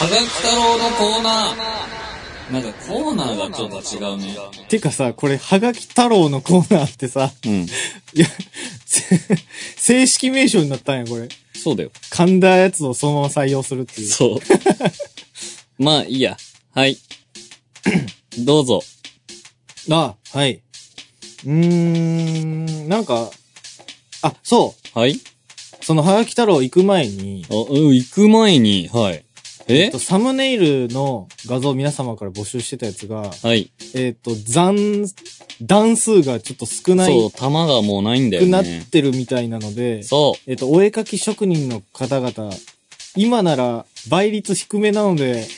はがき太郎のコーナー。なんかコーナーがちょっと違うね。てかさ、これ、はがき太郎のコーナーってさ、うん。いや、 せ正式名称になったんや、これ。そうだよ。噛んだやつをそのまま採用するっていう。そう。 まあ、いいや。はい。 どうぞ。あ、はい。うーん、なんか、あ、そはい。う。その、はがき太郎行く前に、あ、うん、行く前に、はい。ええっとサムネイルの画像を皆様から募集してたやつが、はい。えっ、と、残、段数がちょっと少ない、そう、玉がもうないんだよくなっね。てるみたいなので、そえっ、と、お絵かき職人の方々、今なら倍率低めなので、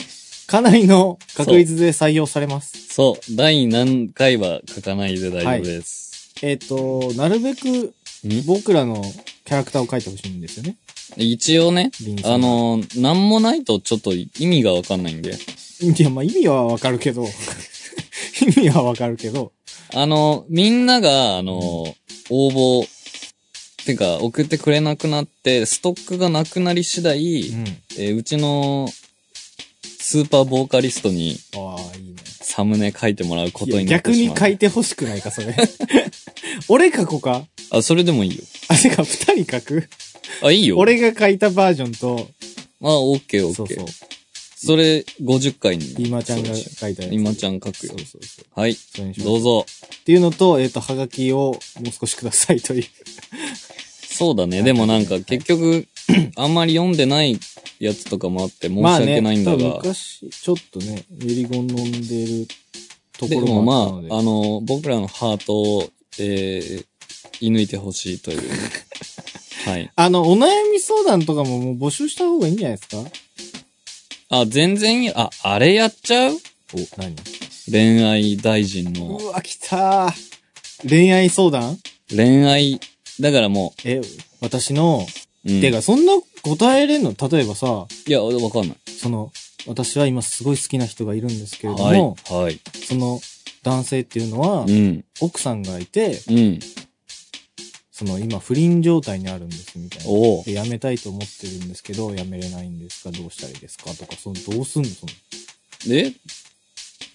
かなりの確率で採用されまう、す。そう、第何回は書かないで大丈夫です。えっ、と、なるべくん僕らのキャラクターを描いてほしいんですよね。一応ね、リンさんあ、のー、なんもないとちょっと意味がわかんないんで。いや、まあ意味はわかるけど、 意味はわかるけど、あの、みんなが、あの、応募、てか、送ってくれなくなって、ストックがなくなり次第、うん。えーうちの、スーパーボーカリストにああ、いいね。サムネ書いてもらうこといやになっ逆てしにまう。書いてほしくないか、それ。 俺書こうかあ、それでもいいよ。あ、てか、二人書くあ、いいよ。俺が書いたバージョンと、あ、オッケーオそッうケそうー。。それ、50回に。今ちゃんが書いたやつ。今ちゃん書くよそう。そうそう。はい。それにしますどう。ぞ。っていうのと、えっ、と、はがきをもう少しくださいという。そうだね。はいでもなんかはい結局、 あんまり読んでないやつとかもあって申しまあ訳ね、ないんだ多分が。昔、ちょっとね、メリゴン飲んでるとでころももあったので。まあ、あの、僕らのハートを、えー、射抜いてほしいと いう。はい。あの、お悩み相談とかももう募集した方がいいんじゃないですかあ、全然いい、あ、あれやっちゃうお、何恋愛大臣のうわ、来たー。恋愛相談恋愛、だからもえ、私の、う、うん、てか、そんな答えれんの例えばさ、いや、わかんない。その、私は今すごい好きな人がいるんですけれどはいも、。はい。その男性っていうのは、うん。奥さんがいて、うん。その今不倫状態にあるんですみたいな。おうで辞めたいと思ってるんですけど、辞めれないんですかどうしたらいいですかとか、そのどうすんのその。で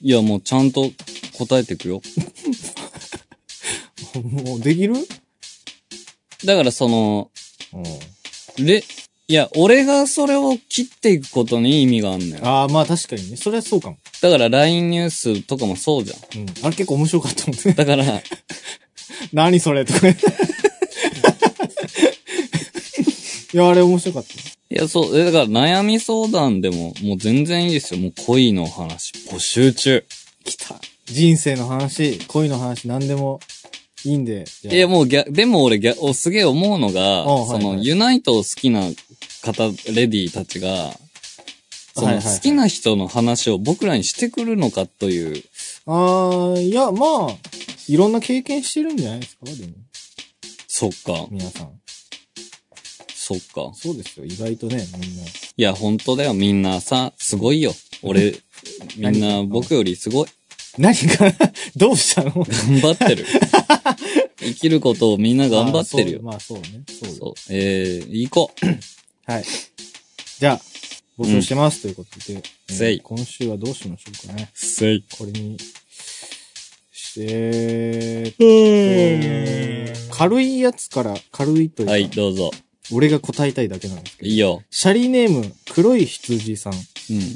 いや、もうちゃんと答えてくよ。もうできるだからその、うん。れ、いや、俺がそれを切っていくことに意味があんのよ。ああ、まあ確かにね。それはそうかも。だから LINE ニュースとかもそうじゃん。うん。あれ結構面白かったもんね。 だから、い何それと か。いや、あれ面白かった。や、そう、えだから悩み相談でも、もう全然いいですよ。もう恋の話、募集中。来た。人生の話、恋の話、何でもいいんで。じゃあいや、もう逆、でも俺逆、おすげえ思うのが、はいその、はいユナイトを好きな方、レディーたちが、その、はいはいはい好きな人の話を僕らにしてくるのかという、ああ、いや、まあ、いろんな経験してるんじゃないですかでも、そっか、皆さん。そっか。そうですよ。意外とね、みんな。いや、本当だよ。みんなさ、すごいよ。俺、みんな何僕よりすごい。何か、 どうしたの頑張って る。生きることをみんな 頑張ってるよ。まあ、そうまあそうね。そうそう。えー、行こう。はい。じゃあ、募集してます、ということで、えーせい今週はどうしましょうかね。せい。これに、して、は軽いやつから、軽いというか、い、どうぞ。俺が答えたいだけなんですけいど。いよ。シャリネーム、黒い羊さん。うん。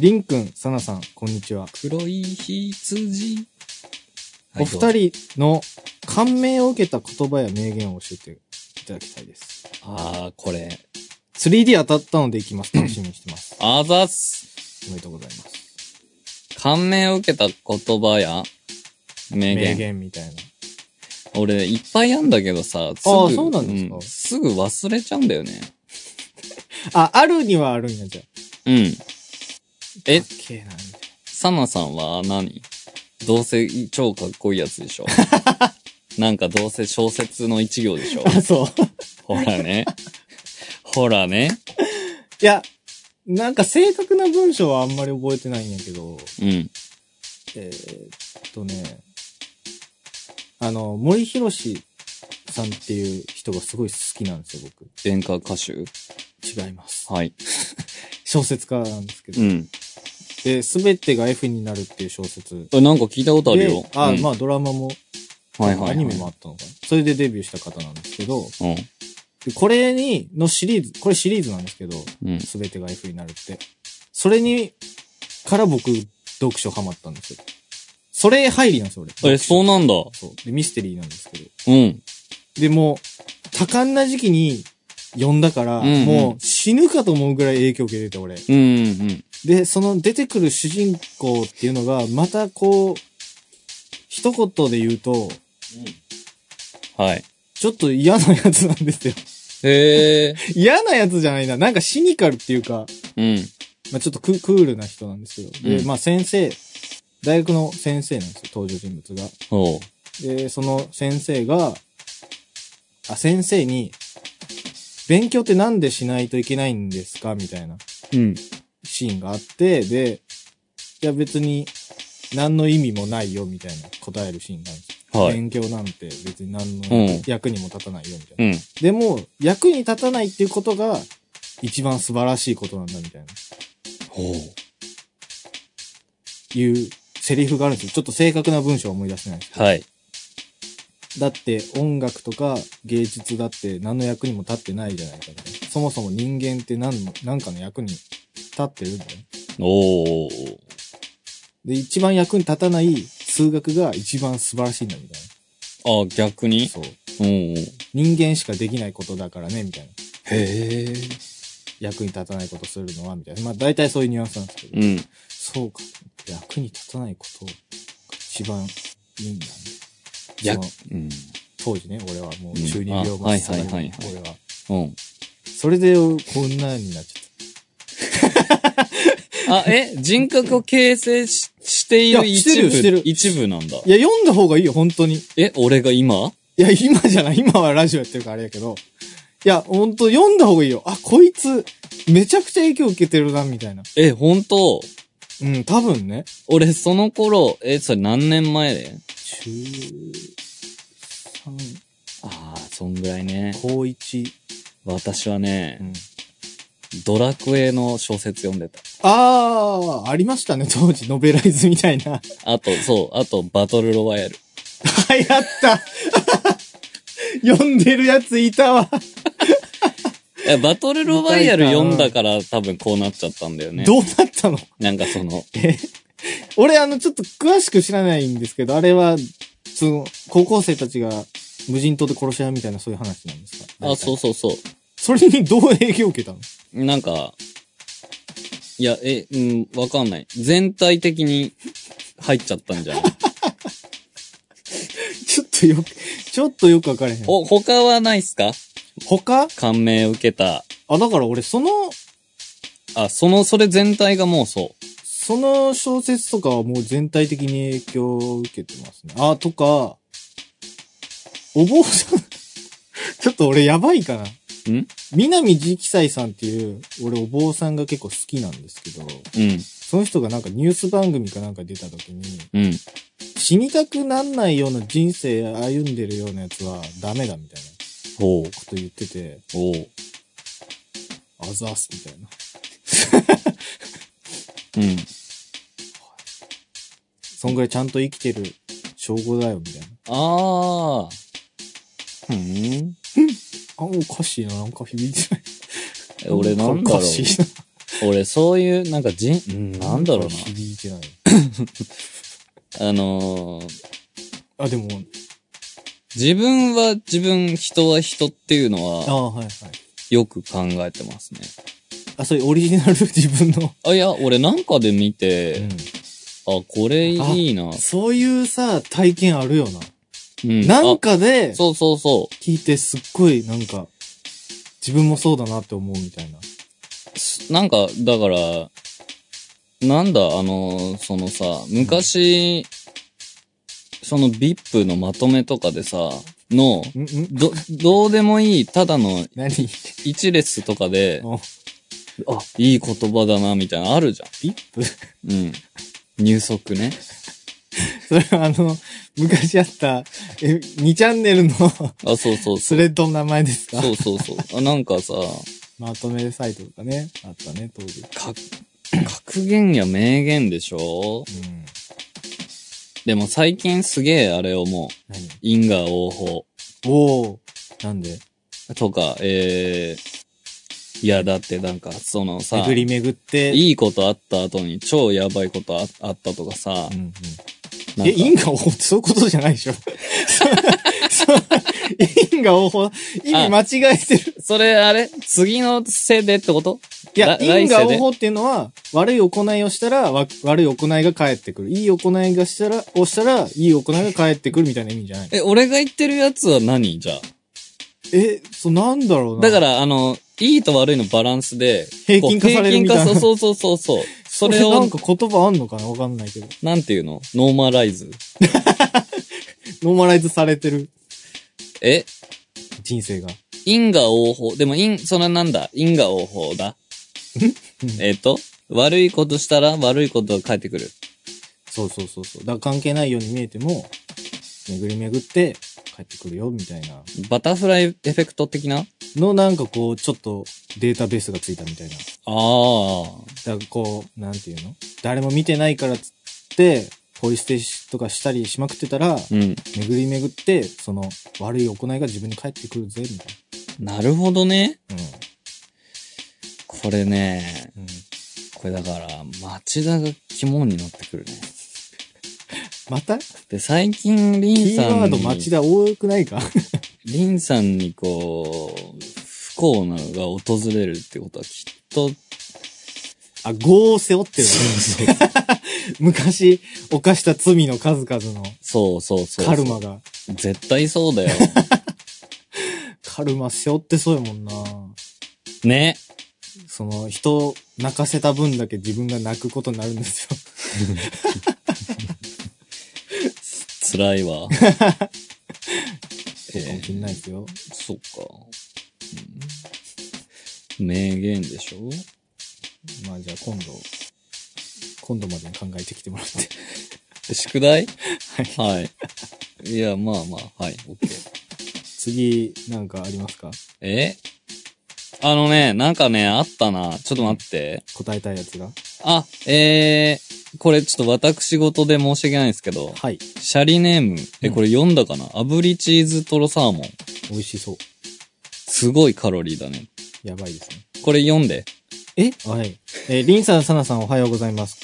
りんくん、さなさん、こんにちは。黒い羊。お二人の感銘を受けた言葉や名言を教えていただきた いです。ああ、これ。 3D 当たったので行きます。楽しみにしてます。あざっす。おめでとうございます。感銘を受けた言葉や、名言。名言みたいな。俺、いっぱいあんだけどさ、すぐあーそうなんですかうすぐ忘れちゃうんだよね。あ、あるにはあるんや、じゃあ。うん。えかっけえな、みたいサナさんは何どうせ超かっこいいやつで しょなんかどうせ小説の一行でしょな。あ、そう。 ほらね。ほらね。いや、なんか正確な文章はあんまり覚えてないんやけど、うん。えーっとね、あの、森博さんっていう人がすごい好きなんですよ、僕。演歌歌手違います。はい。小説家なんですけど。うん。で、すべてが F になるっていう小説。それなんか聞いたことあるよで。あ、うんまあドラマも、はいはいはい。アニメもあったのかな。それでデビューした方なんですけど、うん。でこれに、のシリーズ、これシリーズなんですけど、うん。すべてが F になるって。それに、から僕、読書ハマったんですよ。それ入りなんですよ、俺。え、そうなんだ。そう。で、ミステリーなんですけど。うん。で、もう、多感な時期に読んだから、うんうんもう死ぬかと思うぐらい影響受けてて、俺。うんうんで、その出てくる主人公っていうのが、またこう、一言で言うと、うん。はい。ちょっと嫌なやつなんですよ。へ え。嫌なやつじゃないな。なんかシニカルっていうか、うん。まあ、ちょっとククールな人なんですけど。で、うんまあ先生、大学の先生なんですよ、登場人物が。そう。で、その先生が、あ、先生に、勉強ってなんでしないといけないんですかみたいなうん。シーンがあって、で、いや別に何の意味もないよみたいな答えるシーンがあるんですよ。はい。勉強なんて別に何うんの役にも立たないよみたいな。うん。でも、役に立たないっていうことが一番素晴らしいことなんだみたいな、ほう。いうセリフがあるんですよ。ちょっと正確な文章は思い出せないですけどはい。だって音楽とか芸術だって何の役にも立ってないじゃないか、ね、そもそも人間って何の、何かの役に立ってるんだよね。おー。で、一番役に立たない数学が一番素晴らしいんだみたいあ、逆な。にそう。うんうん。へ人間しかできないことだからね、みたいな。え。役に立たないことするのは、みたいな。まあ大体そういうニュアンスなんですけど。うん。そうか。役に立たないことが一番いいんだね。やその、うん。当時ね、俺はうもうん中二病あはいは真っい盛はいりはでい俺は。うん。それでこんなになっちゃった。あ、え、人格を形成ししているいやし一てるよして部る、一部なんだ。いや、読んだ方がいいよ、本当に。いえ、俺が今や、今じゃない。今はラジオやってるからあれやけど。いや、本当読んだ方がいいよ。あ、こいつ、めちゃくちゃ影響受けてるな、みたいな。え、本当うん、多分ね。俺、その頃、え、それ何年前で中3、ああ、そんぐらいね。高1。私はね、うん。ドラクエの小説読んでた。あー、ありましたね、当時。ノベライズみたいな。 あと、そう、あと、バトルロワイヤル。流行った 読んでるやついたわ。え、バトルロワイヤル読んだから多分こうなっちゃったんだよね。どうなったのなんかその、俺、あの、ちょっと詳しく知らないんですけど、あれは、その、高校生たちが無人島で殺し合うみたいなそういう話なんですか。あ、そううそうそう。それにどう影響を受けたのなんか、いや、え、うん、わかんない。全体的に入っちゃったん じゃない ちょっとよく、ちょっとよくわかれへん。お、他はないっすか他感銘を受けた。あ、だから俺、その、あ、その、それ全体がもうそその小説とかはもう全体的に影響を受けてますね。あ、とか、お坊さん、 ちょっと俺やばいかな。う。ん南直斎さんっていう、俺お坊さんが結構好きなんですけど、うん、その人がなんかニュース番組かなんか出た時に、うん。死にたくなんないような人生歩んでるようなやつはダメだみたいなほう、こと言ってて、ほう。あざーすみたいな。うん。そんぐらいちゃんと生きてる証拠だよみたいな。ああ。うんあ、おかしいな。なんか響いてない。え俺なんだろかおうか。しいな。俺そういう、なんか人、うん、なんだろうか響いてない。な。あのー、あ、でも、自分は自分、人は人っていうのあは、ーはいはい。よく考えてますね。あ、そういうオリジナル自分の。あ、いや、俺なんかで見て、あ、これいいな。そういうさ、体験あるよな。うん。なんかであ、そうそうそ聞いてすっごいなんか、自分もそうだなって思うみたいな。うす。なんか、だから、なんだ、あのー、そのさ、昔、その VIP のまとめとかでさ、の、んんど、どうでもいい、ただの何一列とかで、おあ、いい言葉だな、みたいなのあるじゃリップん。うん。入足ね。それはあの、昔あった、え、2チャンネルのあ、そうそうそスレッドの名前ですう。かそうそうそう。あ、なんかさ、まとめサイトとかね、あったね、当時。か、格言や名言でしょうん。でも最近すげえあれをもう、何因果応報おおなんでとか、えー、いやだってなんか、そのさ、巡り巡って。いいことあった後に超やばいことああったとかさう、んうん。なんえ、か因果応報ってそういうことじゃないでしょ そう因果応報、意味間違えてる。それあれ次の世でってこといらや、来因果世で応報っていうのは、悪い行いをしたら、わ悪い行いが返ってくる。いい行いがしたら、をしたら、いい行いが返ってくるみたいな意味じゃないえ、俺が言ってるやつは何じゃえ、そう、なんだろうあ。な。だか、ら、あの、いいと悪いのバランスで、平こう均化されるみたいな平均化そうそうそうそう。そ それれなをん、か言葉あんのかなわかんないけど。なんていうのノーマライズ。ノーマライズされてるえ人生が。因果応報。でも、因、それなんだ因果応報 だ。えっと、悪いことしたら悪いことが返ってくる。そうそうそうそう。だから関係ないように見えても、巡り巡って帰ってくるよ、みたいな。バタフライエフェクト的なのなんかこう、ちょっとデータベースがついたみたいな。ああ。だからこう、なんていうの誰も見てないからっつって、ポイ捨てしとかしたりしまくってたら、うん。巡り巡って、その悪い行いが自分に返ってくるぜ、みたいなるほどね。な。これね、うん。うん。これだから、町田が肝になってくるね。またで、最近、キリンーさワーんド町に、田多くないかリンさんにこう、不幸なのが訪れるってことはきっと、あ、業を背負ってるわねそうそう 昔、犯した罪の数々のそうそうそう。カルマが。絶対そう だよ。カルマ背負ってそうやもんな。ね。その、人を泣かせた分だけ自分が泣くことになるんですよ。辛い わ。そうかもしんないですよ。そっか。うん名言でしょまあじゃあ今度、今度までに考えてきてもらって。 宿題はい。はい。いや、まあまあ、はい、オッケー。次、なんかありますかえあのね、なんかね、あったな。ちょっと待って。答えたいやつが。あ、えー、これちょっと私事で申し訳ないんですけど、はい。シャリネーム、え、うんこれ読んだかな、炙りチーズとろサーモン。美味しそう。すごいカロリーだね。やばいですね。これ読んで。えはい。えーリンさん、サナさんおはようございます。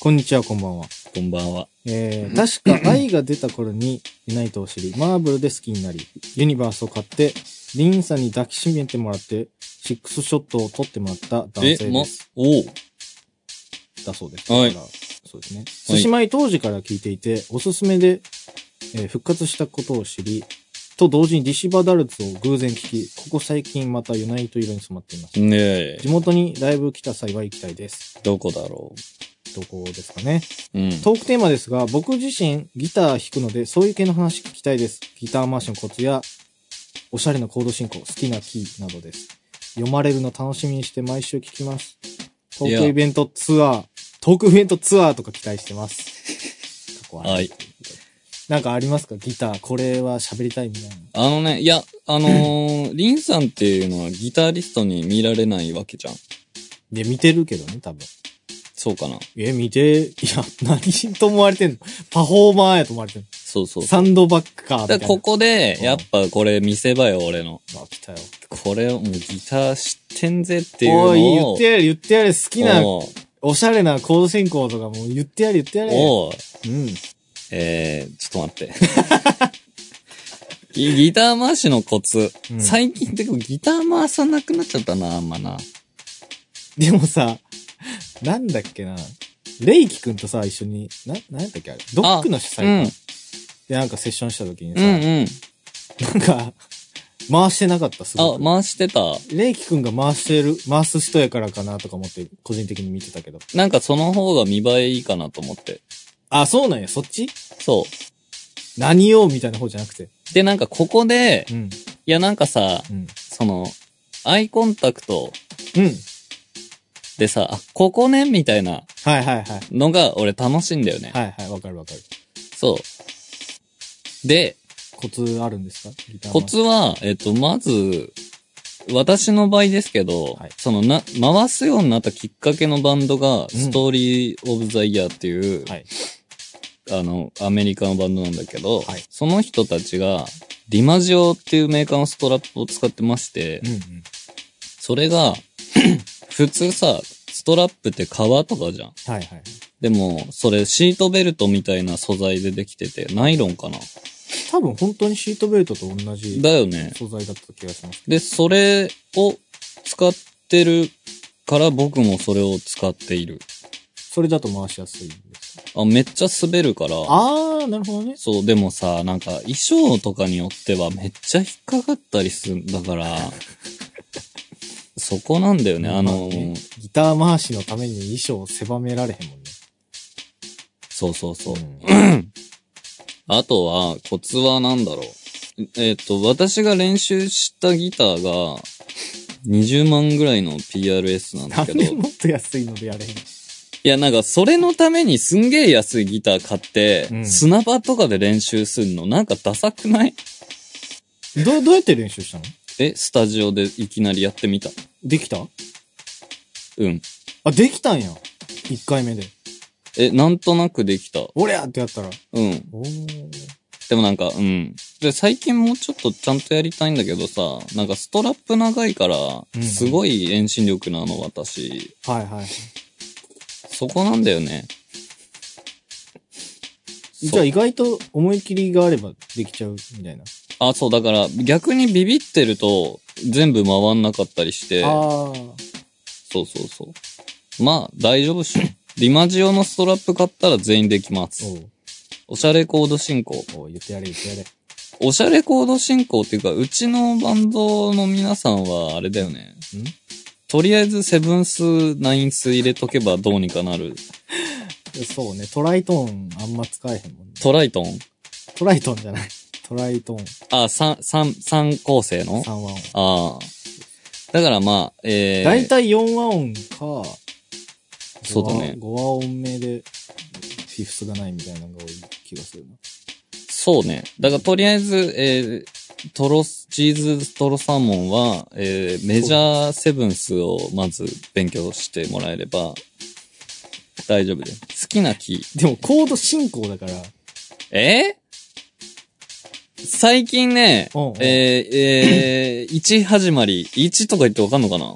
こんにちは、こんばんは。こんばんは。えー、確か 愛が出た頃にユナイトを知り、マーブルで好きになり、ユニバースを買って、リンさんに抱きしめてもらって、シックスショットを撮ってもらった男性え、まで、す。おう。だそうです。はいだからそうですね。寿司米当時から聞いていて、おすすめで、えー復活したことを知り、と同時にディシバダルツを偶然聞き、ここ最近またユナイト色に染まっています。ねえ地、元にライブ来た際は行きたいです。どこだろどこですかね。う。うん。トークテーマですが、僕自身ギター弾くので、そういう系の話聞きたいです。ギター回しのコツや、おしゃれなコード進行、好きなキーなどです。読まれるの楽しみにして毎週聞きます。トークイベントツアー、トークイベントツアーとか期待してます。過去あるはい。なんかありますかギター、これは喋りたいみたいな。あのね、いや、あの ー、リンさんっていうのはギタリストに見られないわけじゃん。で、見てるけどね、多分。そうかな。え、見て、いや、何と思われてんのパフォーマーやと思われてんのそうそう。サンドバッカーみだたかいな。らここで、やっぱこれ見せ場よ、俺の。あ、来たよ。これをもうギター知ってんぜっていうのを。おい、言ってやれ、言ってやれ、好きな、おうおしゃれなコード進行とかもう言ってやれ、言ってやれ。おううん。えー、ちょっと待って。 ギギター回しのコツ。うん最近ってこうギター回さなくなっちゃったな、あんまな。でもさ、なんだっけな、レイキ君とさ、一緒に、な、なんやったっけあれ、ドックの主う催ん。かで、なんかセッションした時にうさ、んうん。なんか、回してなかった、すあご、く。回してた。レイキ君が回してる、回す人やからかなとか思って、個人的に見てたけど。なんかその方が見栄えいいかなと思って。あ、そうなんや、そっちそ何をみたいな方じゃなくて。う。で、なんかここで、うん、いやなんかさ、うん。その、アイコンタクトうん。でさ、あ、ここね、みたいなはいはいはい。のが俺楽しいんだよね。はいはい、わかるわかる。そう。で、コツあるんですかギターのコツは、えっと、まず、私の場合ですけど、はいそのな、回すようになったきっかけのバンドが、ストーリー・オブ・ザ・イヤーっていう、はい。あの、アメリカのバンドなんだけど、はいその人たちが、ディマジオっていうメーカーのストラップを使ってまして、うんうん。それが、 普通さ、ストラップって革とかじゃん。はいはい。でも、それシートベルトみたいな素材でできてて、ナイロンかな多分本当にシートベルトと同じだよね。素材だった気がします。で、それを使ってるから僕もそれを使っている。それだと回しやすいんです。あ、めっちゃ滑るから。あー、なるほどね。そう、でもさ、なんか衣装とかによってはめっちゃ引っかかったりするんだから、そこなんだよね。あまの、ねギター回しのために衣装を狭められへんもんね。そうそうそう。んあとは、コツは何だろう。ええっ、と、私が練習したギターが、20万ぐらいの PRS なんなだんけど。でいもっと安いのでやれへん。や、なんか、それのためにすんげえ安いギター買って、うん砂場とかで練習すんの、なんかダサくないど、どうやって練習したのえ、スタジオでいきなりやってみた。できたうん。あ、できたんや。一回目で。え、なんとなくできた。おりゃーってやったら。うん。おー。でもなんか、うん。で、最近もうちょっとちゃんとやりたいんだけどさ、なんかストラップ長いかうら、んすごい遠心力なの、私。はいはい。そこなんだよね。じゃあ意外と思い切りがあればできちゃうみたいな。あ、そう、だから逆にビビってると、全部回んなかったりして、あー。そうそうそう。まあ、大丈夫っしょ。リマジオのストラップ買ったら全員できます。おしゃれコード進行。おうおう言ってやれ言ってやれ。おしゃれコード進行っていうか、うちのバンドの皆さんは、あれだよね。んとりあえず、セブンス、ナインス入れとけばどうにかなる。そうね、トライトーンあんま使えへんもんね。トライトントライトーンじゃ ない。トライトーンあ、三、三、三構成の3和音。ああ。だからまあ、えー、だいたい4和音か、そうだね5和音目で、フィフスがないみたいなのが多い気がするな。そうね。だからとりあえず、えー、トロス、チーズトロサーモンは、えー、メジャーセブンスをまず勉強してもらえれば、大丈夫です。好きなキー。でもコード進行だから、えー最近ね、うんうんえー、えー、1始まり、1とか言ってわかんのかなあ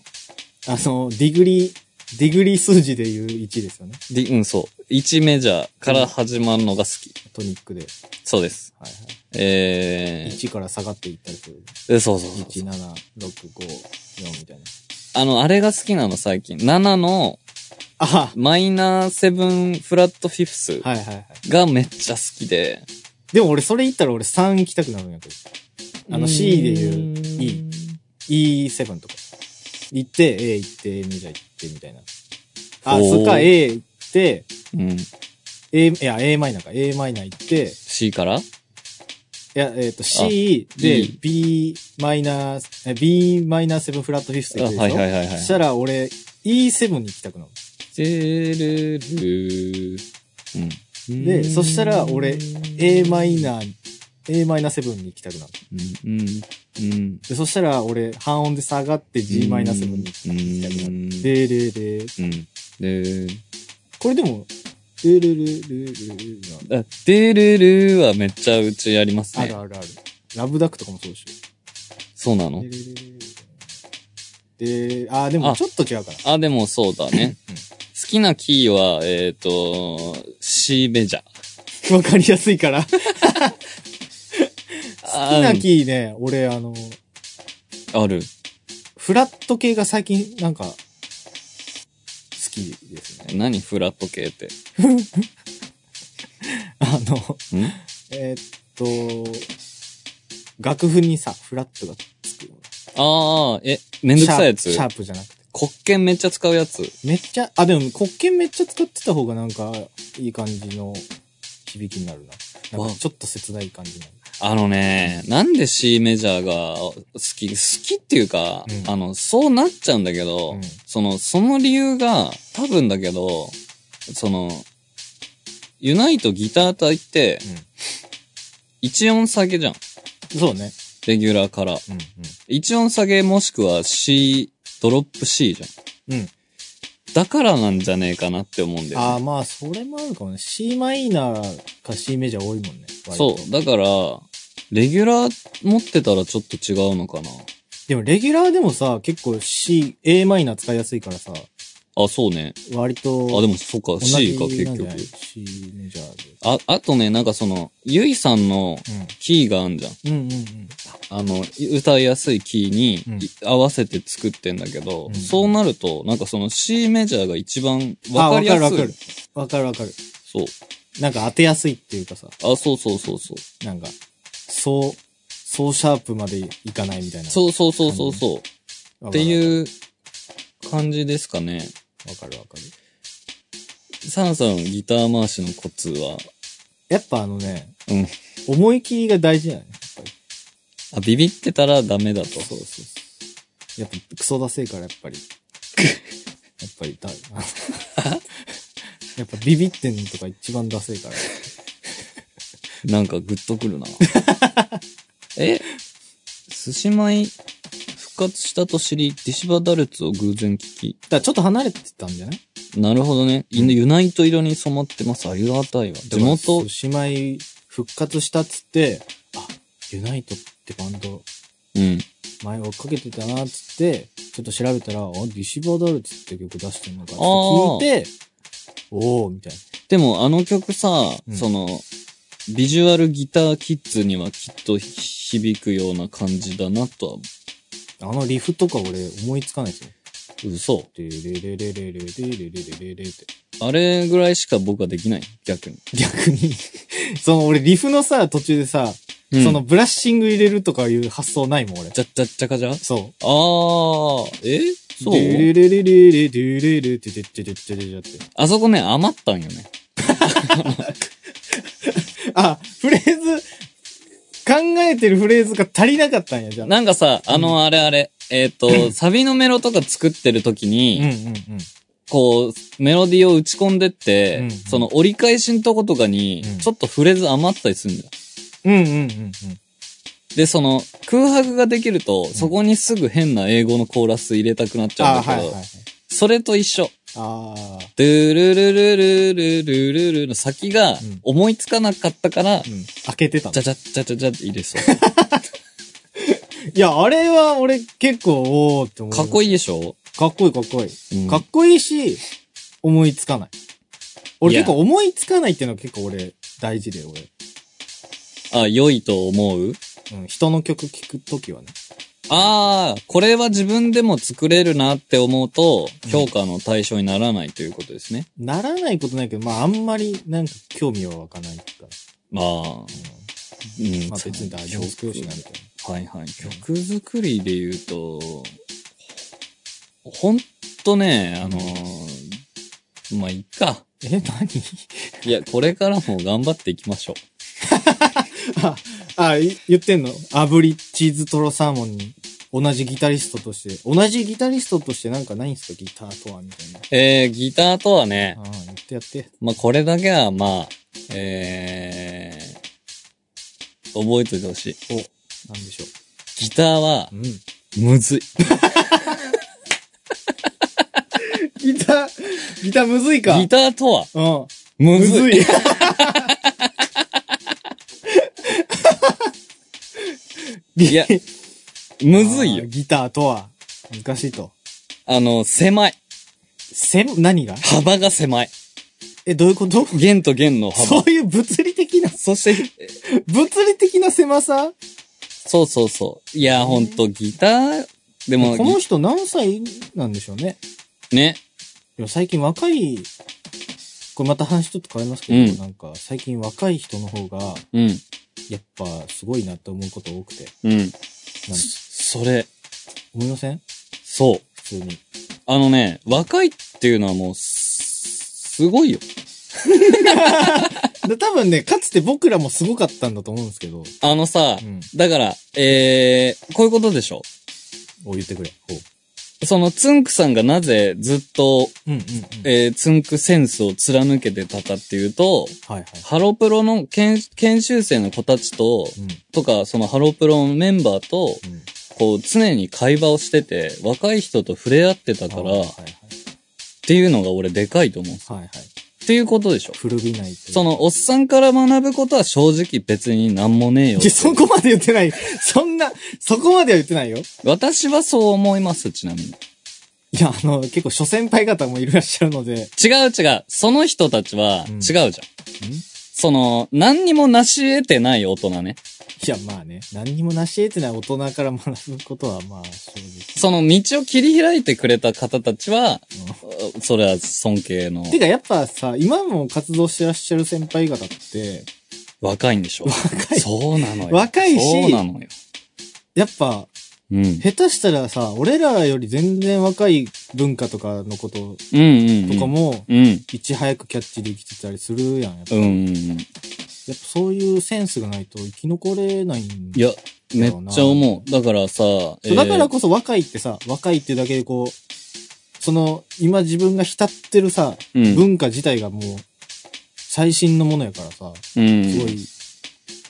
の、ディグリ、ディグリ数字で言う1ですよね。で、うん、そう。1メジャーから始まるのが好き。トニックで。そうです。はいはい。えー、 1から下がっていったりする。えそうそうそう1、7、6、5、4みたいな。あの、あれが好きなの最近。7の、あはマイナーセブンフラットフィフスはいはいはい。がめっちゃ好きで。でも俺それ言ったら俺3行きたくなるんやけど。あの C で言う E。E7 とか。行って、A 行って、A メジャー行って、みたいな。あ、おーそっか、A 行って、うん。 A、いや、A マイナーか、A マイナー行って、い C からや、えっ、と、C で E、 B マイナー、え B マイナー7フラットフィフスあ行はいくでしょ、はいはいはい。そしたら俺、E7 に行きたくなる。てるるうん。でそしたら俺 A マイナー、A マイナー7に行きたくなる。うん。うん。うん。で、そしたら俺、半音で下がって G マイナー7に行きたくなうる。んでででうん。で、これでも、ルルルルルルルなあ、でるるはめっちゃうちやりますあるね。あるある。ラブダックとかもそうでしそうなょ。ので、あー、でもあちょっと違うから。あ、でもそうだねうん。好きなキーは、えっと、C メジャー。わかりやすいから。 好好きなキーね、俺、あの、ある。フラット系が最近、なんか、好きです ね。何フラット系って。あの、んえーっと、楽譜にさ、フラットがつくような。ああ、え、めんどくさいやつシャープシャープじゃなくて。黒剣めっちゃ使うやつ。めっちゃ、あ、でも黒鍵めっちゃ使ってた方がなんか、いい感じの響きになるな。なんわかちょっと切ない感じになる。あのね、なんで C メジャーが好き、好きっていうか、うんあの、そうなっちゃうんだけど、うんその、その理由が、多分だけど、その、ユナイトギター隊って、うん一音下げじゃん。そうね。レギュラーから。うん1音下げもしくは C、ドロップ C じゃん。うん。うん。だからなんじゃねえかなって思うんだよ、ね。ああ、まあ、それもあるかもね。C マイナーか C メジャー多いもんね。割そとう。だから、レギュラー持ってたらちょっと違うのかな。でも、レギュラーでもさ、結構 C、A マイナー使いやすいからさ、あ、そうね。割と。あ、でもそっか、同じ C なか、んじ結ゃない局。 C メジャーで。あ、あとね、なんかその、ゆいさんのキーがあんじゃん。うん。うんうんうん。あの、歌いやすいキーにうんい合わせて作ってんだけど、うんそうなると、なんかその C メジャーが一番あわかりやすい。わかるわかる。わかるわかる。そう。なんか当てやすいっていうかさ、あ、そうそうそうそう。なんか、そう、そうシャープまでいかないみたいな。そうそうそうそうそう。う。ってう。いう感じですかね。わかるわかる。サナさんギター回しのコツは、やっぱあのね、うん。思い切りが大事だよね。やっぱりあ、ビビってたらダメだと。そうそうそう。やっぱクソだせえからやっ ぱり。やっぱりだ、 やっぱビビってんのとか一番ダセえから。なんかグッとく るな。え寿司米復活したと知り、ディシバダルツを偶然聞き。だからちょっと離れてたんじゃないなるほどね。犬ユナイト色に染まってます。ありがたいわ。地元お、しまい復活したっつって、あ、ユナイトってバンドうん。前追っかけてたなっつって、ちょっと調べたら、あ、ディシバダルツって曲出してんのかって聞いて、おー、みたいでもあの曲さ、うんその、ビジュアルギターキッズにはきっと響くような感じだなとは。な。あのリフとか俺思いつかないですよ。嘘。でレレレレレレレレレレレレって。あれぐらいしか僕はできない。逆に。逆に、その俺リフのさ、途中でさ、うんその、ブラッシング入れるとかいう発想ないもん俺。ちゃっちゃっちゃかじゃあそう。あ、えそうデュレレレレレデュレレっててててててって。あそこね、余ったんよね。あ、フレーズ、考えてるフレーズが足りなかったんや、じゃあ。なんかさ、あの、あれあれ、えっ、 と、サビのメロとか作ってる時に、うんうんうん。こう、メロディーを打ち込んでって、うんその折り返しんとことかにうん、ちょっとフレーズ余ったりするんだよ。うんうんうんで、その、空白ができると、そこにすぐ変な英語のコーラス入れたくなっちゃうんだけど、はい。それと一緒。ああ。ドゥルルルルルルルルの先がん思いつかなかったから、うん。開けてたのじゃじゃじゃじゃじゃって入れそう。いや、あれは俺結構、おーって思う。かっこいいいでしょ、い。かっこいいかっこいい。うんかっこいいし、思いつかない。俺いや結構思いつかないっていうのは結構俺大事で、俺。あ、良いと思ううん。人の曲聴くときはね。ああ、これは自分でも作れるなって思うと、評価の対象にならないということですね。ならないことないけど、まああんまりなんか興味は湧かないから。まあ、うん、まあ別に大丈夫作るしな、みたいな。はいはい。曲作りで言うと、ほんとね、あのーまあ、いっか。え、何いや、これからも頑張っていきましょあ、あ、い言ってんの炙りチーズトロサーモンに、同じギタリストとして、同じギタリストとしてなんかないんすかギターとはみたいな。う。えー、ギターとはね、ああ、言ってやって。まあ、これだけは、まあ、えー、覚えといてほしい。お、なんでしょギターはう。う、ん。むずい。ギター、ギターむずいか。ギターとは、うん。むむずい。ずい。 いや、むずいあーよ。ギターとは、難しいと。あの、狭い。せ、何が幅が狭い。え、どういうこと弦と弦のそ幅。ういう物理的な、そして、物理的な狭さそうそうそう。いや、ほんと、ギター、でも、この人何歳なんでしょうね。ね。いや、最近若い、これまた話ちょっと変わりますけど、うんなんか、最近若い人の方が、うん。やっぱ、すごいなって思うこと多くて、うん。なんかそそれ、思いませんそう。普通に。あのね、若いっていうのはもう、すすごいよ。で多分ね、かつて僕らもすごかったんだと思うんですけど、あのさう、ん。だから、えー、こういうことでしょお、言ってくれ。ほう。そのつんくさんがなぜずっと、うんうんうん。えー、つんくセンスを貫けてたかっていうと、はいはい。ハロプロの研研修生の子たちと、うんとか、そのハロプロのメンバーと、うん。こう常に会話をしてて、若い人と触れ合ってたから、あーはいっはい。ていうのが俺でかいと思うんです。はいはい。っていうことでしょ。古びないというそ。の、おっさんから学ぶことは正直別になんもねえよい。やそこまで言ってない。そんな、そこまでは言ってないよ。私はそう思います、ちなみに。いや、あの、結構、諸先輩方もいらっしゃるので、違う違う。その人たちはうん違うじゃん。その、何にも成し得てない大人ね。いや、まあね、何にも成し得てない大人から学ぶことは、まあ、そうです。その道を切り開いてくれた方たちは、それは尊敬のてか、やっぱさ、今も活動してらっしゃる先輩方って、若いんでしょ。若いそうなのよ。若いしそうなのよ。やっぱ、うん。うん下手したらさ、俺らより全然若い文化とかのことうん、うん。とかも、うん。いち早くキャッチできてたりするやん。やっぱ,、うんうやっんうん。ぱそういうセンスがないと生き残れないんいや、めっちゃ思う。だからさ、えそうだからーこそ若いってさ、若いってだけでこう、その、今自分が浸ってるさ、うん文化自体がもう、最新のものやからさ、うん。すごい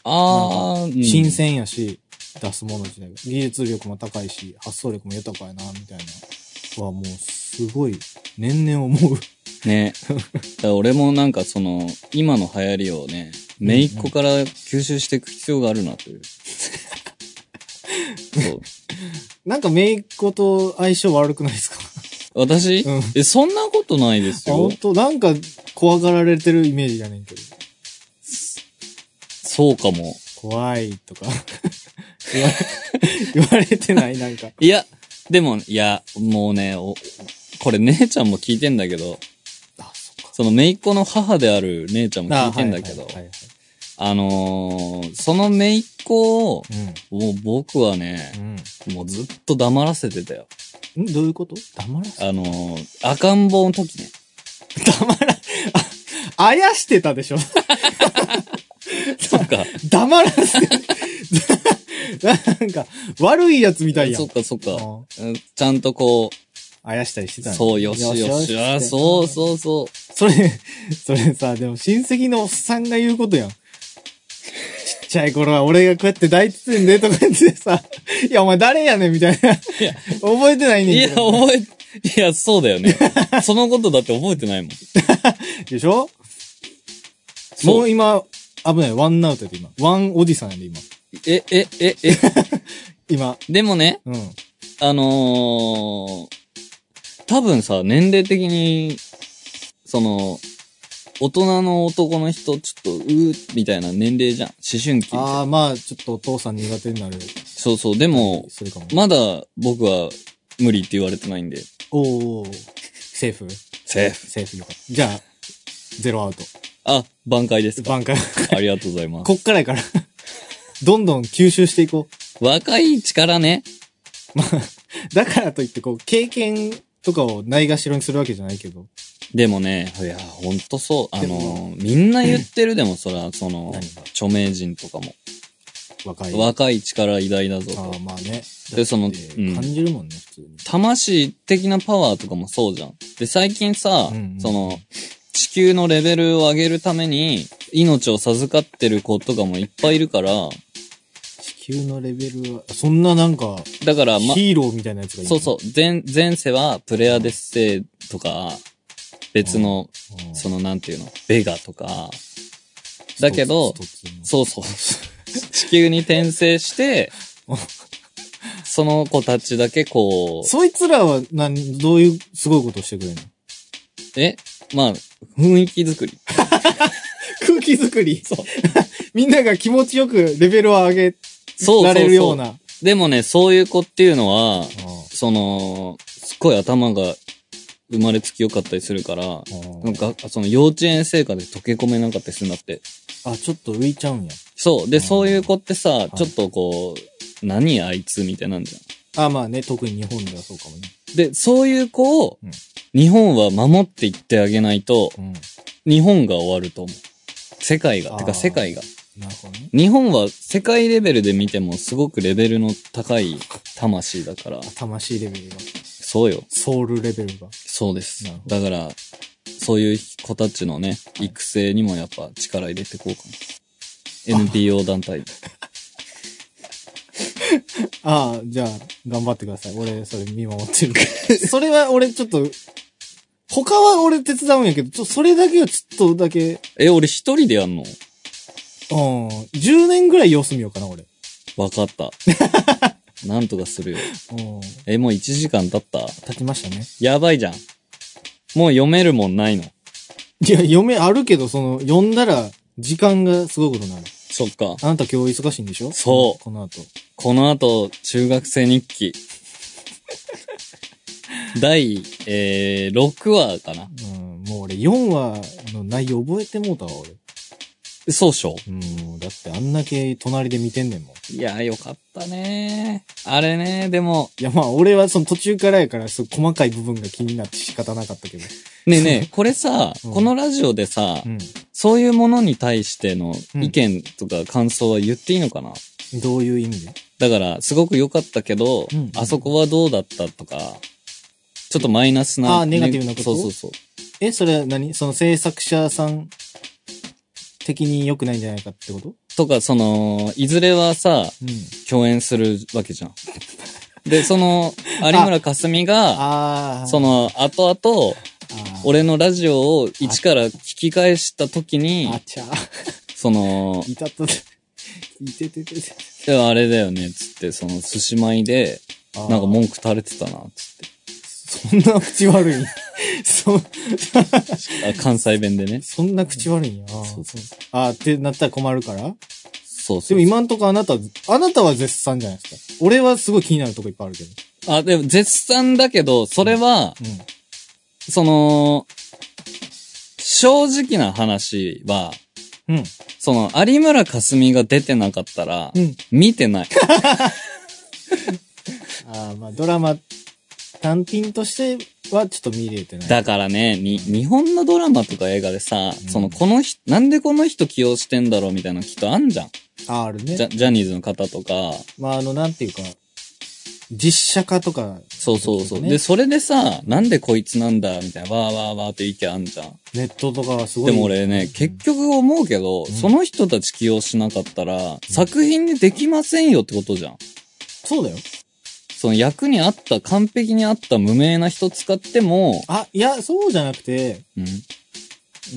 あー、うん新。鮮やし、出すもの自体が。技術力も高いし、発想力も豊かやな、みたいな。はもう、すごい、年々思う。ね。だから俺もなんかその、今の流行りをね、姪っ子から吸収していく必要があるなと いう。そう。 なんか、姪っ子と相性悪くないですか私、うんえ、そんなことないですあよ 本。当なんか、怖がられてるイメージやねんけど。そうかも。怖いと か言われ、 言われてないなんか。いや、でも、いや、もうね、おこれ姉ちゃんも聞いてんだけど、あ、そっか。その姪っ子の母である姉ちゃんも聞いてんだけど、あ,、はいはいはいはいのー、その姪っ子を、うもう僕はね、ん。もうずっと黙らせてたよ。うん。どういうこと黙らせあのー、赤ん坊の時 ね。黙ら、あ、あやしてたでしょ そっか。黙らせ、 なんか、悪いやつみたいやんそっ。かそっか。うんうんちゃんとこあやしたりしてう、たのそう、よしよし。あそうう。そうそう。それ、それさ、でも親戚のおっさんが言うことやん。ちっちゃい頃は俺がこうやって抱いててんでとか言ってさ、いやお前誰やねんみたいな。覚えてないいねんや、けど。 覚え、いや、そうだよ ね。そのことだって覚えてないもん。でしょうもう今、危ない。ワンアウトやで今。ワンおじさんやで今。え、え、え、え、今。でもね、うん。あのー、多分さ、年齢的に、その、大人の男の人、ちょっと、うー、みたいな年齢じゃん。思春期。ああ、まあ、ちょっとお父さん苦手になる。そうそう。でも、するかも。まだ僕は無理って言われてないんで、おーおーセーフセーフ。セーフよかった。じゃあ、ゼロアウト。あ、挽回ですか。挽回。ありがとうございます。こっからやから。 どんどん吸収していこ若い力ね。う。だからといって、こう、経験とかをないがしろにするわけじゃないけど。でもね、いや、ほんとそう。あでもの、みんな言ってるでも、そら、その何が、著名人とかも。若い。若い力偉大だぞあとあ、。まあね。でそのだってうん感じるもんね、普通に。魂的なパワーとかもそうじゃん。で、最近さ、うんうんその、地球のレベルを上げるために、命を授かってる子とかもいっぱいいるから、地球のレベルは、そんななんか、だから、ま、ヒーローみたいなやつがいるそうそう、前、前世はプレアデス星とか、別の、うん。その、なんていうの、ベガとか、だけど一つ、一つのそうそう。地球に転生して、その子たちだけこう、そいつらは何、どういう、すごいことをしてくれ るのえまあ、雰囲気作り。空気作り。 みんなが気持ちよくレベルを上げそうそうそうられるような。でもね、そういう子っていうのは、あその、すっごい頭が生まれつき良かったりするから、ーなんか、その幼稚園生活で溶け込めなかったりするんだって。あ、ちょっと浮いちゃうんや。そう。で、そういう子ってさい、ちょっとこう、何あいつみたいなんじゃん。あ、まあね、特に日本ではそうかもね。で、そういう子をうん、日本は守っていってあげないと、うん。日本が終わると思う。世界が、あーてか世界が。なるほどね。日本は世界レベルで見てもすごくレベルの高い魂だから、魂レベルが。そうよ。ソウルレベルが。そうですなる。ほだから、そういう子たちのね、育成にもやっぱ力入れていこうかな。NPO 団 体。ああ、じゃあ、頑張ってください。俺、それ見守ってるから。 それは俺、ちょっと、他は俺手伝うんやけど、ちょ、それだけはちょっとだけ、え、俺一人でやんのうん、10年ぐらい様子見ようかな、俺。わかった。 なんとかするよ。うん、え、もう1時間経った立ちましたね。やばいじゃん。もう読めるもんないの。いや、読めあるけど、その、読んだら、時間がすごいことになる。そっか。あなた今日忙しいんでしょそうこの後。この後、中学生日 記。第、えー、6話かな。うん、もう俺、4話の内容覚えてもうたわ、俺。そうっしょうん、だってあんだけ隣で見てんねんもん。いやー、よかったねー。あれねー、でも、いや、まあ、俺はその途中からやから、そう細かい部分が気になって仕方なかったけど。ねえねえ、これさ、うんこのラジオでさ、うそういうものに対しての意見とか感想は言っていいのかな、ん。どういう意味でだから、すごく良かったけど、うんあそこはどうだったとか、ちょっとマイナスな。あーネガティブなことそうそうそう。え、それは何その制作者さん的に良くないんじゃないかってこととか、その、いずれはさ、うん。共演するわけじゃん。で、そ の、有村架純が、ああ。そ、の、後々、俺、俺のラジオを一から聞き返した時に、あちゃー。その、いたと、いてててて。いやあれだよね、つって、その、寿司米で、あーなんか文句垂れてたな、つっそんな口悪い。そ、て。あ関西弁でね。そんな口悪いんや。あーそうそうそあー、ってなったら困るからそうそでうも今んとこあなた、あなたは絶賛じゃないですか。俺はすごい気になるとこいっぱいあるけど。あ、でも絶賛だけど、それは、うん。その、正直な話は、うん。その、有村架純が出てなかったら、うん。見てない。ああ、まあドラマ単品としてはちょっと見れてない。だからね、に、日本のドラマとか映画でさ、うんその、この人、なんでこの人起用してんだろうみたいなのきっとあんじゃん。あーあるねジ。ャジャニーズの方とか、まああの、なんていうか、実写化とか、そうそうそう。ねで、それでさ、なんでこいつなんだみたいな、わーわーわーって意見あんじゃん。ネットとかはすごい。でも俺ね、結局思うけど、その人たち起用しなかったら、作品にできませんよってことじゃん。そうだよ。その役に合った、完璧に合った無名な人使っても、あ、いや、そうじゃなくて、うん。う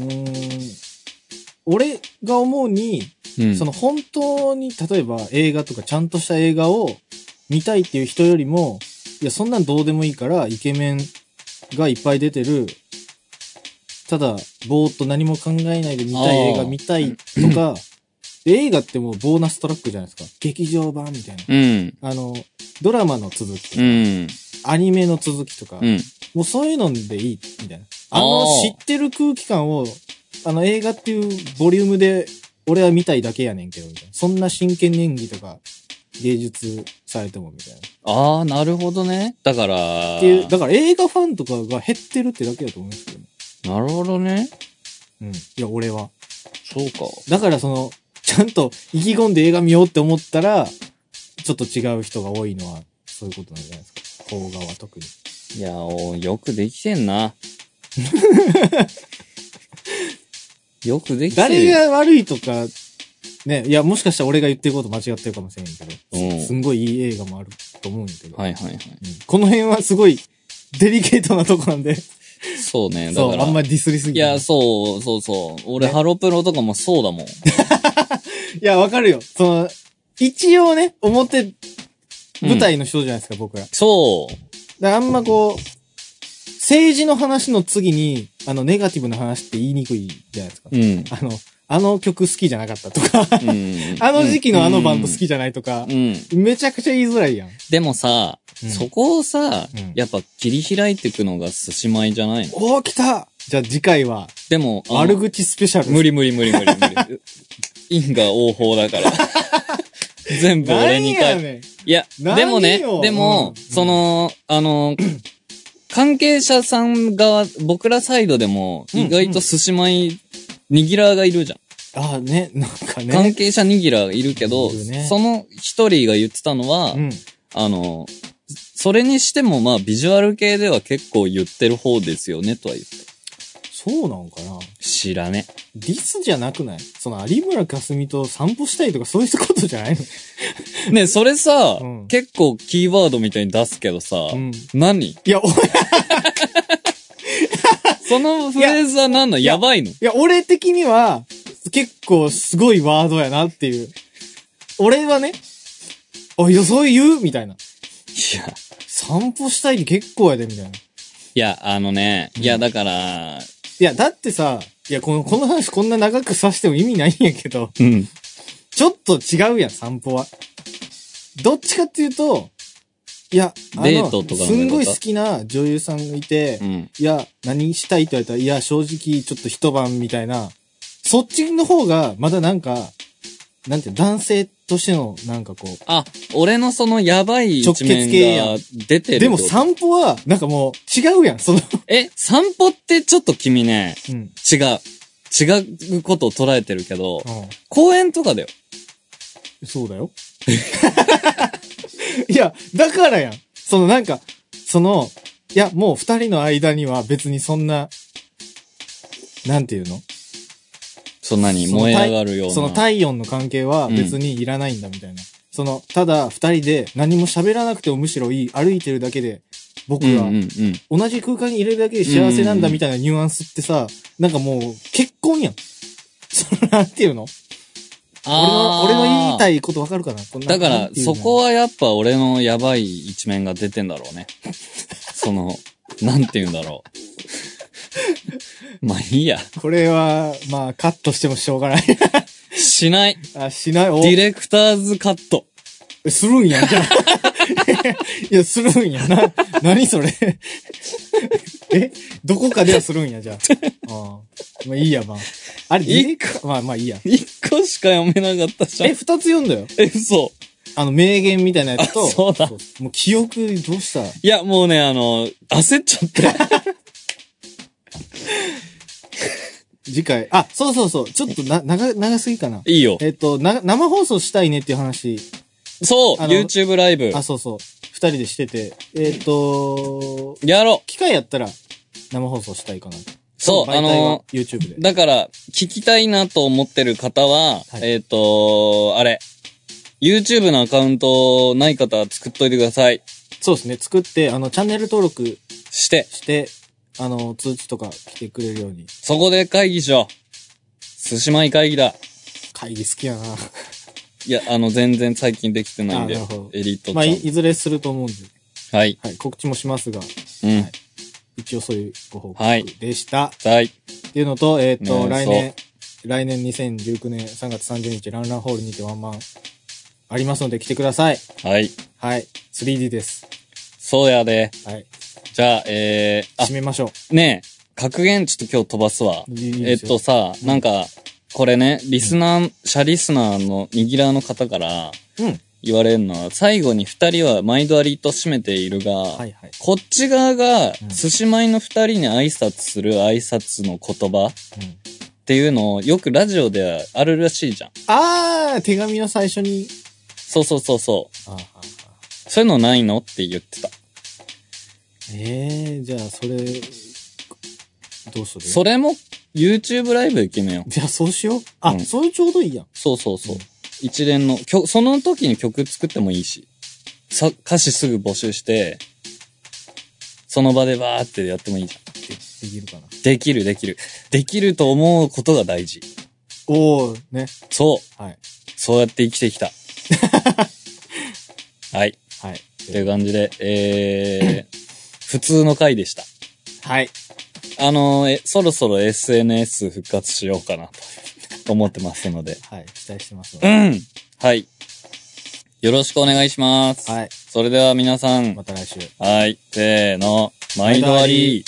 ーん、俺が思うに、うん。その本当に、例えば映画とかちゃんとした映画を見たいっていう人よりも、いや、そんなんどうでもいいから、イケメンがいっぱい出てる、ただ、ぼーっと何も考えないで見たい映画見たいとか、で映画ってもうボーナストラックじゃないですか。劇場版みたいな。うん。あの、ドラマの続きうとか、ん。アニメの続きとか、うん。もうそういうのでいい、みたいな。あーあの、知ってる空気感を、あの、映画っていうボリュームで、俺は見たいだけやねんけど、みたいな。そんな真剣に演技とか、芸術されても、みたいな。っああ、なるほどね。だから、ていう、だから映画ファンとかが減ってるってだけだと思うんですけどね。なるほどね。うん。いや、俺は。そうか。だからその、ちゃんと意気込んで映画見ようって思ったら、ちょっと違う人が多いのは、そういうことなんじゃないですか。邦画は特に。いや、およくできてんな。 よくできてる誰よ。が悪いとか、ね、いや、もしかしたら俺が言ってること間違ってるかもしれんけど、うんすんごいいい映画もあると思うんだけど、はいはいはい。うんこの辺はすごいデリケートなとこなんで、そうね。だそかう、ら。あんまりディスりすぎいてないや、そう、そうそう。俺、ねハロプロとかもそうだもん。いや、わかるよ。その、一応ね、表、 舞台の人じゃないですか、僕ら。だかそう。らあんまこう、政治の話の次に、あの、ネガティブな話って言いにくいじゃないですか。うん。あの、あの曲好きじゃなかったとか、 うんあの時期のあのバンド好きじゃないとかう、ん。めちゃくちゃ言いづらいやん。でもさ、うんそこをさ、うんやっぱ切り開いていくのが寿司米じゃないのおー、来たじゃあ次回は、でも、あの悪口スペシャル。無。理無理無理無理無理。因果応報だから。全部な俺んにや返ねん。いや、何でもねよ、でも、うんその、あの、 関係者さん側、僕らサイドでも、うん意外と寿司米、ニギラーがいるじゃん。あ、ね、なんか関ね。係者ニギラーがいるけど、いるねその一人が言ってたのは、うん。あの、それにしてもまあビジュアル系では結構言ってる方ですよねとは言って。そうなんかな知らね。ディスじゃなくないその有村架純と散歩したいとかそういうことじゃないの ねえそれさ、うん結構キーワードみたいに出すけどさ、うん何いや、おいそのフレーズは何なのいややばいのや、俺的には結構すごいワードやなっていう。俺はね、あ、いや、そう言うみたいな。いや、散歩したいって結構やで、みたいな。いや、あのね、いや、だから、いや、だってさ、いや、この、この話こんな長くさしても意味ないんやけど、うん。ちょっと違うやん、散歩は。どっちかっていうと、いや、あの、デートとかのすんごい好きな女優さんがいて、うん。いや、何したいって言われたら、いや、正直、ちょっと一晩みたいな、そっちの方が、まだなんか、なんて、男性としての、なんかこう、あ、俺のそのやばい一直結系面やが出てるでもってこと散歩は、なんかもう、違うやん、その、え、散歩ってちょっと君ね、うん。うん。違う。違うことを捉えてるけど、公園とかだよ。そうだよ。 いや、だからやん。そのなんか、その、いや、もう二人の間には別にそんな、なんていうのそんなにその燃え上がるような。その体温の関係は別にいらないんだみたいな。その、ただ二人で何も喋らなくてもむしろいい、歩いてるだけで、僕うんはうんうん。同じ空間にいるだけで幸せなんだみたいなニュアンスってさ、なんかもう結婚やん。その、なんていうの俺の、俺の言いたい。いことわかるかなこんなだかならん、ていうそのこはやっぱ俺のやばい一面が出てんだろうね。 その、なんて言うんだろう。 まあいいや。これは、まあ、カットしてもしょうがない。 しない。あ、しない。おディレクターズカット。するん やん、じゃあ。いや、するんやな。何それ。 えどこかではするんや、 じゃあ。ああまあ、いいや、まあ。あれ、ディレクまあ、まあ、いいや。一個しか読めなかったじゃえ、ん。二つ読んだよ。え、嘘。あの、名言みたいなやつと。あそうだもう、記憶、どうしたいや、もうね、あの、焦っちゃって。次回。あ、そうそうそう。ちょっとな、長、長すぎかな。いいよ。えっと、な、生放送したいねっていう話。そうあの !YouTube ライブ。あ、そうそう。二人でしてて。えっと、やろう機会やったら、生放送したいかな。そう、あ媒体はの、 YouTube で。だから、聞きたいなと思ってる方は、はいえっ、と、あれ、YouTube のアカウントない方は作っといてください。そうですね。作って、あの、チャンネル登録して、して、あの、通知とか来てくれるように。そこで会議しよう。寿司舞会議だ。会議好きやな。いや、あの、全然最近できてないんであなるほど、エリートちまゃあん、い、いずれすると思うんで。はい。はい。告知もしますが、うん。一応そういうご報はい告でした。はい。っていうのと、えっ、ねと、え来年、来年2019年3月30日、ランランホールにてワンマンありますので来てください。はい。はい。3D です。そうやで。はい。じゃあ、えー、あ締、めましょねえ、格言ちょっと今日飛ばすわう。。いいいいえでっすよと、さ、なんか、これね、リスナー、シャリスナーの、ニギラーの方からうん。言われるのは、最後に二人は毎度ありと締めているが、はいはい。こっち側がうん、寿司舞の二人に挨拶する挨拶の言葉っうんていうのを、よくラジオではあるらしいじゃん。あー、手紙の最初に。そうそうそうそう。あーあーあそういうのないのって言ってた。ーえー、じゃあ、それ、どうするそれも、YouTube ライブで決めよう。じゃあ、そうしよう。あ、うんそれちょうどいいやん。そうそうそううん。一連の、曲その時に曲作ってもいいし、さ、歌詞すぐ募集して、その場でバーってやってもいいじゃん。できるかな。できるできる。できると思うことが大事。おー、ね。そう。はい。そうやって生きてき た。はい。はい。という感じで、えー、普通の回でした。はい。あのーえ、そろそろ SNS 復活しようかなと思ってますので。はい。期待してますのうで。んはい。よろしくお願いします。はい。それでは皆さん、また来週。はい、せーの、毎度あり。